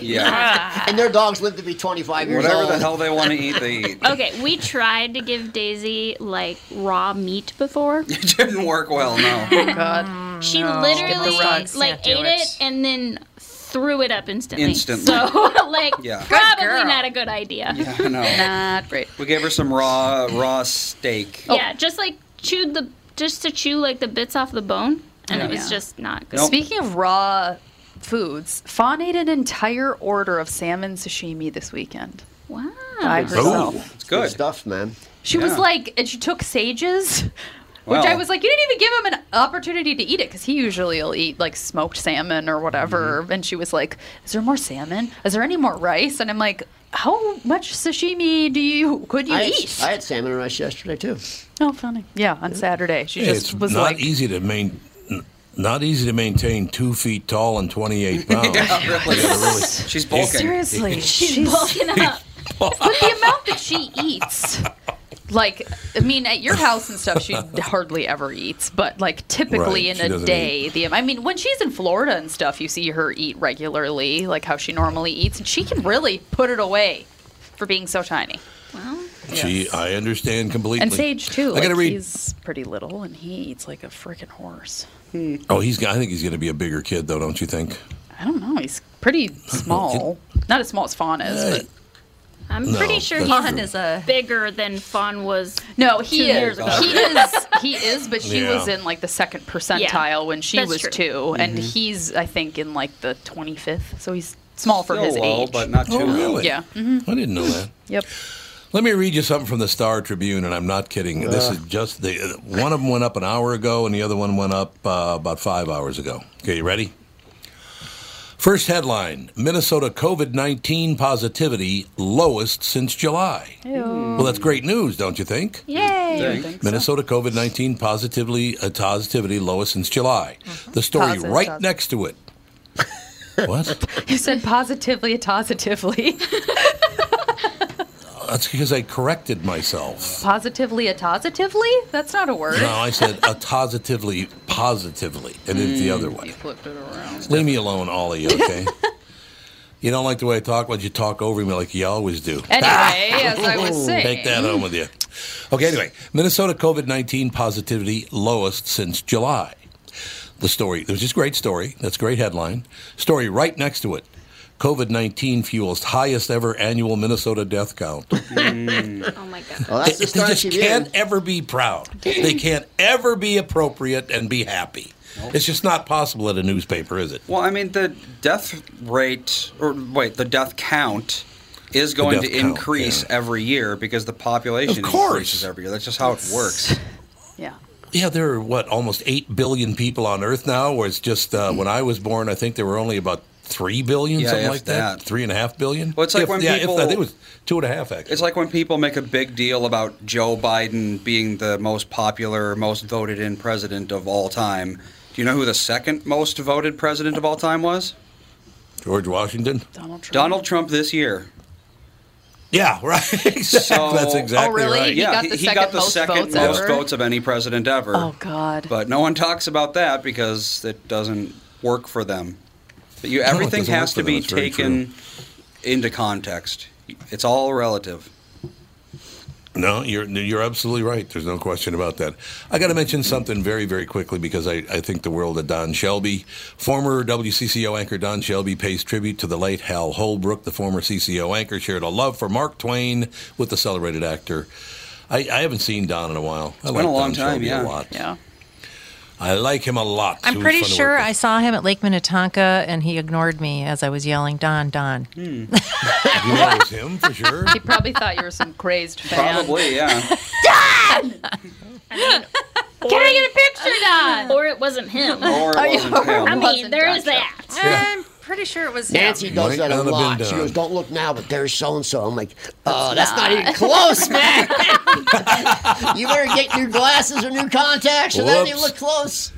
F: Yeah.
C: (laughs) and their dogs live to be 25 years
E: Whatever
C: old.
E: the hell they want to eat, they
C: (laughs)
E: eat.
F: Okay, we tried to give Daisy like raw meat before.
E: (laughs) It didn't work well, no.
F: Oh,
C: Mm,
F: God. She
E: No.
F: literally
E: Get Oh, the rug,
F: like ate it and then threw it up instantly.
E: Instantly.
F: So (laughs) like
E: Yeah. Good
F: probably not a good idea.
E: Yeah, I know. (laughs)
F: Not great.
E: We gave her some raw raw steak.
F: Yeah, just like chewed the just to chew like the bits off the bone and it
E: Yeah.
F: was
E: Yeah.
F: just not good.
B: Speaking of raw foods, Fawn ate an entire order of salmon sashimi this weekend.
F: Wow.
B: By herself.
E: It's good.
C: stuff, man.
B: She was like, and she took sages, which I
C: Wow.
B: was like, you didn't even give him an opportunity to eat it because he usually will eat like smoked salmon or whatever.
A: Mm-hmm.
B: And she was like, is there more salmon? Is there any more rice? And I'm like, how much sashimi do you could you
C: I, had,
B: eat?
C: I had salmon and rice yesterday too.
B: oh, funny. Yeah, on Saturday she
A: Yeah,
B: just
A: it's
B: was
A: not
B: like,
A: easy to main, n- not easy to maintain two feet tall and 28 pounds. You gotta really-
E: She's
A: bulking. (laughs)
B: seriously, (laughs)
A: She's
B: she's
F: bulking up.
B: But the amount that she eats. Like, I mean, at your house and stuff, she hardly ever eats. But like, typically
P: Right, she
B: in a
P: doesn't
B: day, the I mean, when she's in Florida and stuff, you see her eat regularly, like how she normally eats, and she can really put it away for being so tiny.
F: Well,
A: She, I understand completely.
B: and Sage too.
A: I
B: Like,
A: got to read.
B: He's pretty little, and he eats like a freaking horse.
A: oh, he's. I think he's going to be a bigger kid, though, don't you think?
B: I don't know. He's pretty small. Not as small as Fawn is, but
F: I'm
A: No,
F: pretty sure uh,
A: that's
F: he's
A: true.
B: is a
F: bigger than Fawn was.
B: No, he
F: two
B: is.
F: Years ago. (laughs)
B: He is. He is. But she
F: Yeah.
B: was in like the second percentile when she
F: That's
B: was
F: true.
B: 2 and
E: Mhm.
A: Mm-hmm.
B: he's I think in like the twenty fifth. So he's small for
E: Still
B: his
E: low,
B: age.
E: but not too
A: Oh,
E: low.
A: really?
B: Yeah. hmm
A: I didn't
B: (laughs)
A: know that.
B: Yep.
A: Let me read you something from the Star Tribune, and I'm not kidding. This
B: Ugh.
A: is just the one of them went up an hour ago, and the other one went up uh, about five hours ago. Okay, you ready? First headline: Minnesota COVID-19 positivity lowest since July. Well, that's great news, don't you think?
O: Yay!
A: Minnesota COVID 19 positively uh, positivity lowest since July. The story
B: Positive,
A: right
B: positive.
A: next to it. what?
B: You said positively, positively,
A: That's because I corrected myself.
B: (laughs) positively, positively. That's not a word.
A: No, I said a positively, positively, and it's the other way.
B: Flipped it around.
A: Leave me alone, Ollie, okay? you don't like the way I talk? Why'd you talk over me like you always do?
B: Anyway, as I was saying,
A: Take that home with you. Okay, anyway, Minnesota COVID 19 positivity lowest since July. The story, it was just a great story. That's a great headline. Story right next to it COVID 19 fuels highest ever annual Minnesota death count.
F: Oh my god.
A: They- they, just can't ever be proud. They can't ever be appropriate and be happy. It's just not possible at a newspaper, is it?
E: Well, I mean, the death rate, or wait, the death count is going
A: death
E: to
A: count,
E: increase every year because the population
A: Of course.
E: increases every year. That's just how it
A: (laughs)
E: works.
B: Yeah.
A: Yeah, there are what almost eight billion people on Earth now. Where it's just uh, when I was born, I think there were only about three billion,
E: Yeah,
A: something
E: if
A: like that.
E: that.
A: three and a half billion.
E: Well, it's like
A: If-
E: when
A: yeah, if
E: people.
A: that- I think it was two and a half, actually.
E: It's like when people make a big deal about Joe Biden being the most popular, most voted in president of all time. Do you know who the second most voted president of all time was?
A: George Washington.
B: Donald Trump.
E: Donald Trump this year.
A: Yeah, (laughs) right. That's exactly Oh, really? right. He
E: Yeah,
A: got
E: he,
A: the
E: he
A: second
E: got the
A: most
E: second
A: votes
E: most
A: ever?
E: votes of any president ever.
B: Oh God.
E: But no one talks about that because it doesn't work for them. But you,
A: No, it
E: everything
A: doesn't
E: has
A: work
E: to
A: for them.
E: be
A: It's very
E: taken into context. It's all relative.
A: No, you're you're absolutely right. There's no question about that. I got to mention something very very quickly because I, I think the world of Don Shelby, former WCCO anchor Don Shelby pays tribute to the late Hal Holbrook, the former CCO anchor, shared a love for Mark Twain with the celebrated actor. I, I haven't seen Don in a while. I
E: It's been
A: like
E: a
A: Don
E: long time,
A: Shelby a
E: yeah.
A: lot.
B: Yeah,
A: I like him a lot. He
L: I'm
A: was
L: pretty
A: fun to work
L: sure
A: with.
L: I saw him at Lake Minnetonka and he ignored me as I was yelling, Don, Don.
E: Hmm.
L: (laughs)
A: You know it was him for
B: (laughs)
A: sure.
B: he probably thought you were some crazed fan.
E: Probably, yeah.
F: Can I get a picture done? Or it wasn't him.
E: Or it Or it wasn't him.
F: I mean,
L: wasn't
F: there
L: Don
F: is that.
L: I'm pretty sure it was
C: Nancy
L: him.
C: does
A: Might
C: that a
A: not have been
C: lot. She
A: done.
C: goes, "Don't look now, but there's so and so." I'm like, "Oh, that's not
B: (laughs)
C: even close, man. (laughs) you better get new glasses or new contacts, and then you
A: Whoops.
C: look close."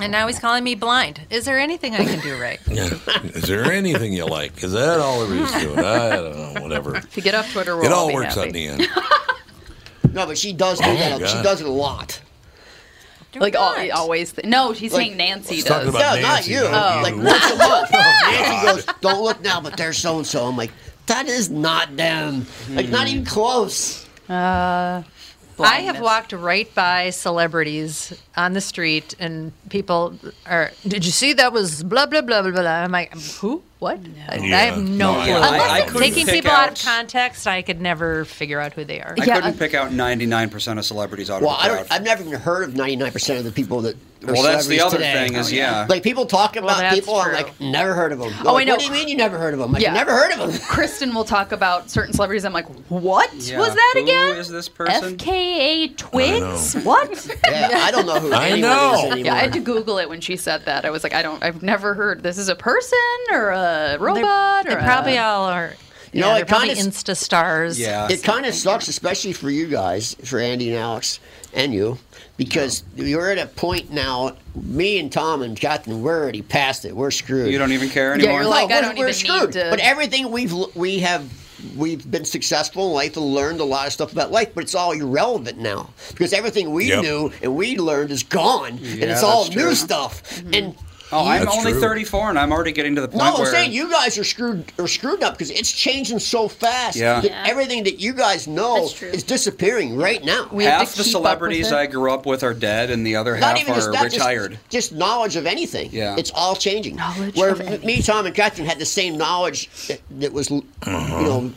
L: And now he's calling me blind. Is there anything I can do
C: (laughs)
L: right?
A: Yeah. Is there anything you like? Is that all there is to it? I don't know. Whatever.
B: If you get off Twitter, we'll
A: It all
B: be
A: works out in
B: happy.
A: the end.
C: No, but she does do
A: Oh,
C: that.
A: God.
C: She does it a lot.
B: Like al- always. Th- no, he's
C: Like-
B: saying Nancy
C: She's
B: does. Oh,
C: no, not you. Like
A: (laughs)
C: once a month.
E: (laughs)
C: Nancy goes, "Don't look now, but there's so and so." I'm like, "That is not them. Like not even close."
L: Uh, I have walked right by celebrities on the street, and people are. Did you see that was blah blah blah blah blah? I'm like, who? What? I, I
E: Yeah.
L: have no
E: No, I-
L: clue.
E: I-
L: Unless
E: I
L: I'm
E: couldn't
L: taking
E: pick
L: people out,
E: out-
L: of context, I could never figure out who they are.
E: I
C: uh,
E: couldn't pick out 99% of celebrities out
C: Well,
E: of the
C: I
E: crowd.
C: don't, I've never even heard of 99% of the people that. Are
E: Well, that's the
C: celebrities
E: other
C: today.
E: thing is, yeah.
C: Like people talk about
B: Oh, that's
C: people, I'm like, never heard of them.
B: Oh, I know.
C: What do you mean you never heard of them? Like, never heard of (laughs) them.
B: Kristen will talk about certain celebrities. I'm like, what
C: Yeah,
B: was that
C: who
B: again?
C: is this person?
B: FKA Twigs?
C: I know.
B: What?
C: (laughs) Yeah, I don't know who (laughs) I anyone is know.
B: Yeah, I had to
C: anymore.
B: Google it when she said that. I was like, I don't. I've never heard. This is a person or a robot
L: They
B: or
L: probably
B: a,
L: all are.
C: You
L: You
C: know,
L: know,
C: it
L: they're probably
C: kinda s-
L: Insta stars.
C: It kind of sucks, especially for you guys, for Andy and Alex and you, because you're at a point now, me and Tom and Captain, we're already past it. We're screwed.
E: You don't even care anymore?
C: No, we're, we're screwed. But everything we've l- we have we've been successful in life and learned a lot of stuff about life, but it's all irrelevant now because everything we
E: Yep.
C: knew and we learned is gone, and
E: Yeah,
C: it's all
E: that's
C: new
E: true.
C: stuff. And
E: Oh, I'm
C: That's
E: only
C: true.
E: 34, and I'm already getting to the point
C: no, I'm
E: where
C: saying you guys are screwed are screwed up because it's changing so fast.
E: Yeah.
C: that
E: Yeah.
C: everything that you guys know is disappearing right now.
E: half the celebrities I grew up with are dead, and the other
C: not
E: half
C: even just
E: are
C: that,
E: retired.
C: Just, just knowledge of anything.
E: Yeah.
C: it's all changing. Knowledge. Where me, Tom, and Catherine had the same knowledge that, that was, you
E: Uh-huh.
C: know,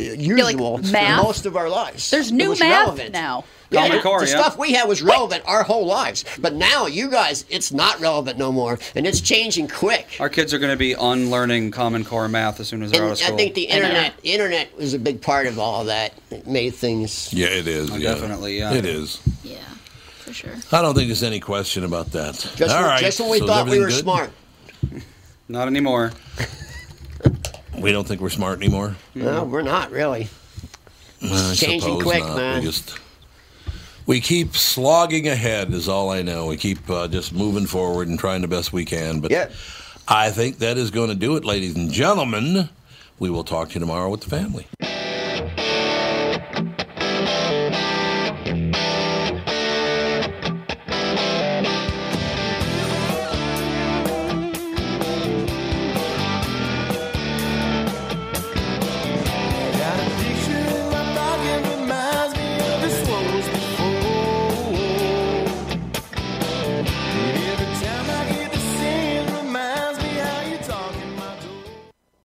C: usual for
B: math.
C: most of our lives.
B: There's
C: It
B: new
C: was
B: math
C: relevant.
B: now.
C: Yeah,
E: Common
C: the-
E: core,
C: the
E: yeah.
C: stuff we had was relevant our whole lives, but now you guys, it's not relevant no more, and it's changing quick.
E: Our kids are going to be unlearning Common Core math as soon as they're
C: And
E: out of
C: I
E: school.
C: think the internet, internet was a big part of all that. It made things.
A: Yeah, it is.
E: Oh,
A: yeah.
E: definitely, yeah.
A: It is.
F: Yeah, for sure.
A: I don't think there's any question about that.
C: Just,
A: All
C: when-
A: right.
C: just when we
A: so is
C: thought
A: everything
C: we were
A: good?
C: smart.
E: Not anymore.
A: We don't think we're smart anymore.
C: No, we're not really.
A: I
C: Changing
A: suppose
C: quick,
A: not.
C: man.
A: We just we keep slogging ahead is all I know. We keep uh, just moving forward and trying the best we can. But I think that is going to do it, ladies and gentlemen. We will talk to you tomorrow with the family.